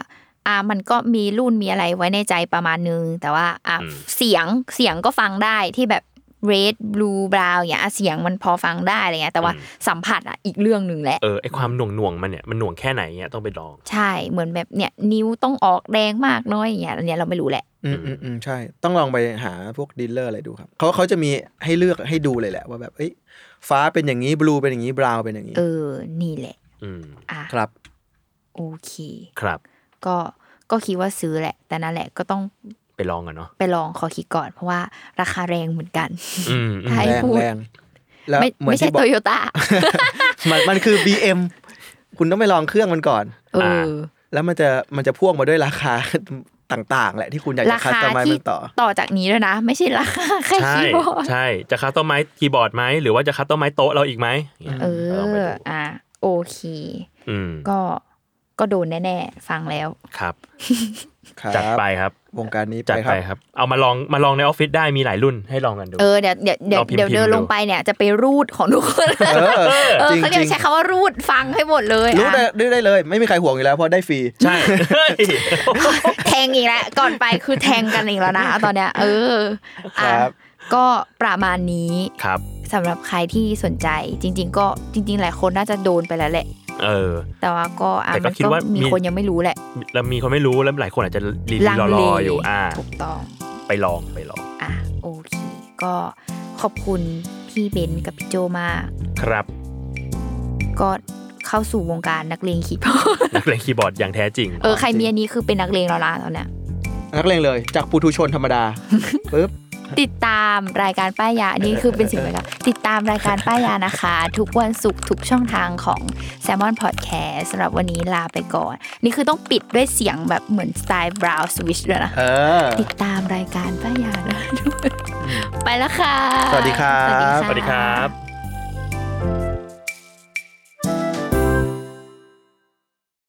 B: อ่ามันก็มีรุ่นมีอะไรไว้ในใจประมาณนึง แต่ว่าอ่า
D: อืม
B: เสียงเสียงก็ฟังได้ที่แบบ red blue brown อย่างเงี้ยอ่ะเสียงมันพอฟังได้อะไรเงี้ยแต่ว่าสัมผัสอ่ะอีกเรื่องหนึ่งแหละ
D: เออไอความหน่วงหน่วงๆมันเนี่ยมันหน่วงแค่ไหนเนี่ยต้องไปลอง
B: ใช่เหมือนแบบเนี่ยนิ้วต้องออกแดงมากน้อยอย่างเงี้ยอันเนี้ยเราไม่รู้แหละ
C: อืมอืมอืมใช่ ต้องลองไปหาพวกดีลเลอร์อะไรดูครับเขาเขาจะมีให้เลือกให้ดูเลยแหละ ว่าแบบเอ้ยฟ้าเป็นอย่างนี้บลูเป็นอย่างนี้บราวเป็นอย่างนี้
B: เออ นี่แหละ
D: อืม
B: อ่ะ
C: ครับ
B: โอเค
D: ครับ
B: ก็ ก็คิดว่าซื้อแหละ แต่นั่นแหละก็ต้อง
D: ไปลองกันเนาะ
B: ไปลองขอคิดก่อน เพราะว่าราคาแรงเหมือนกัน
D: อืมอืม
B: ไอ้
C: แรง
B: พูด
C: แรงแล้ว
B: ไม่
C: เหมือน
B: ไม่ใช่
C: ที่บอ
B: โต
C: ก
B: โยต้า
C: มันมันคือ BM คุณต้องไปลองเครื่องมันก่อน
B: เออ
C: แล้วมันจะมันจะพ่วงมาด้วยราค (laughs) า ต่างๆ แหละที่คุณอยาก
B: รา
C: จะคัส
B: คา
C: ตอมไม
B: ที่
C: มันต่อ
B: ต่อจากนี้ด้วยนะ (laughs) ไม่ใช่ราคาแค่
D: ใช่
B: คีย์บอร์ด
D: ใช่จะคัสตอมไม้คีย์บอร์ดไหมหรือว่าจะคัสตอมไม้โต๊ะเราอีกไหมนี่ย
B: เอ
D: ลงไป
B: อ
D: ดู
B: อ่ะ โอเค
D: อืม
B: ก็ ก็โดนแน่ๆ ฟังแล้ว
D: ครับ
C: ครับ
D: จัดไปครับ
C: วงการนี้
D: จัด
C: ไปค
D: ไป
C: รับ
D: ครับ เอามาลองมาลองในออฟฟิศได้มีหลายรุ่นให้ลองกันดู
B: เออ เดี๋ยว เดี๋ยว เดี๋ยว
D: เราพิมพ์
B: เดี๋ยวเดิน
D: พิมพ์ดู
B: ลงไปเนี่ย จะไปรูดของทุกคน
C: เออ
B: เออ
C: จริง
B: เขา
C: จ
B: จะ
C: ริง
B: ใช้คำว่ารูดฟังให้หมดเลย
C: รู้ได้
B: อ่ะ
C: ได้ได้เลย ไม่มีใครห่วงอยู่แล้วเพราะได้ฟรี
D: ใช่ (laughs) เฮ้ย
B: แทงอีกแล้วก่อนไปคือแทงกันอีกแล้วนะ ตอนเนี้ย เอออ่ะ
C: ครับ
B: ก็ประมาณนี้
D: ครับ
B: สำหรับใครที่สนใจจริง ๆ ก็จริง ๆ หลายคนน่าจะโดนไปแล้วแหละ
D: เออ
B: แต่ว่าก็อ่ะ
D: แต่ก็
B: มัน
D: คิด
B: ก็
D: ว่ามี
B: มีคนยังไม่รู้แหละ
D: แล้วมีคนไม่รู้แล้วหลายคนอาจจะรี
B: ลัง
D: รอร
B: เล
D: ออยู่อ่า
B: ถูกต้อง
D: ไปลองไปลอง
B: อ่ะโอเค ก็ขอบคุณพี่เบนซ์กับพี่โจมาก
D: ครับ
B: ก็เข้าสู่วงการนักเลงขีดพอ
D: นักเล่นคีย์บอร์ดอย่างแท้จริง
B: เออใครมีอันนี้คือเป็นนักเลงแล้วนะตอนเนี้ย
C: นักเลงเลย จากปูทุชนธรรม
B: (laughs)
C: ดาปึ๊บ
B: ติดตามรายการป้ายยา
C: (laughs)
B: อันนี้คือเป็นสิ่งใหม่ละติดตามรายการป้ายยานะคะ ทุกวันศุกร์ทุกช่องทางของ s ซ l m o n Podcast สำหรับวันนี้ลาไปก่อน นี่คือต้องปิดด้วยเสียงแบบเหมือนสไตล์ Brow Switch ด้วยนะ
C: (laughs) เออ
B: ติดตามรายการป้ายยานะ (laughs) ไปแล้วค่ะ
C: สวัสดีครับ
B: ะ
D: สวัสดีครับ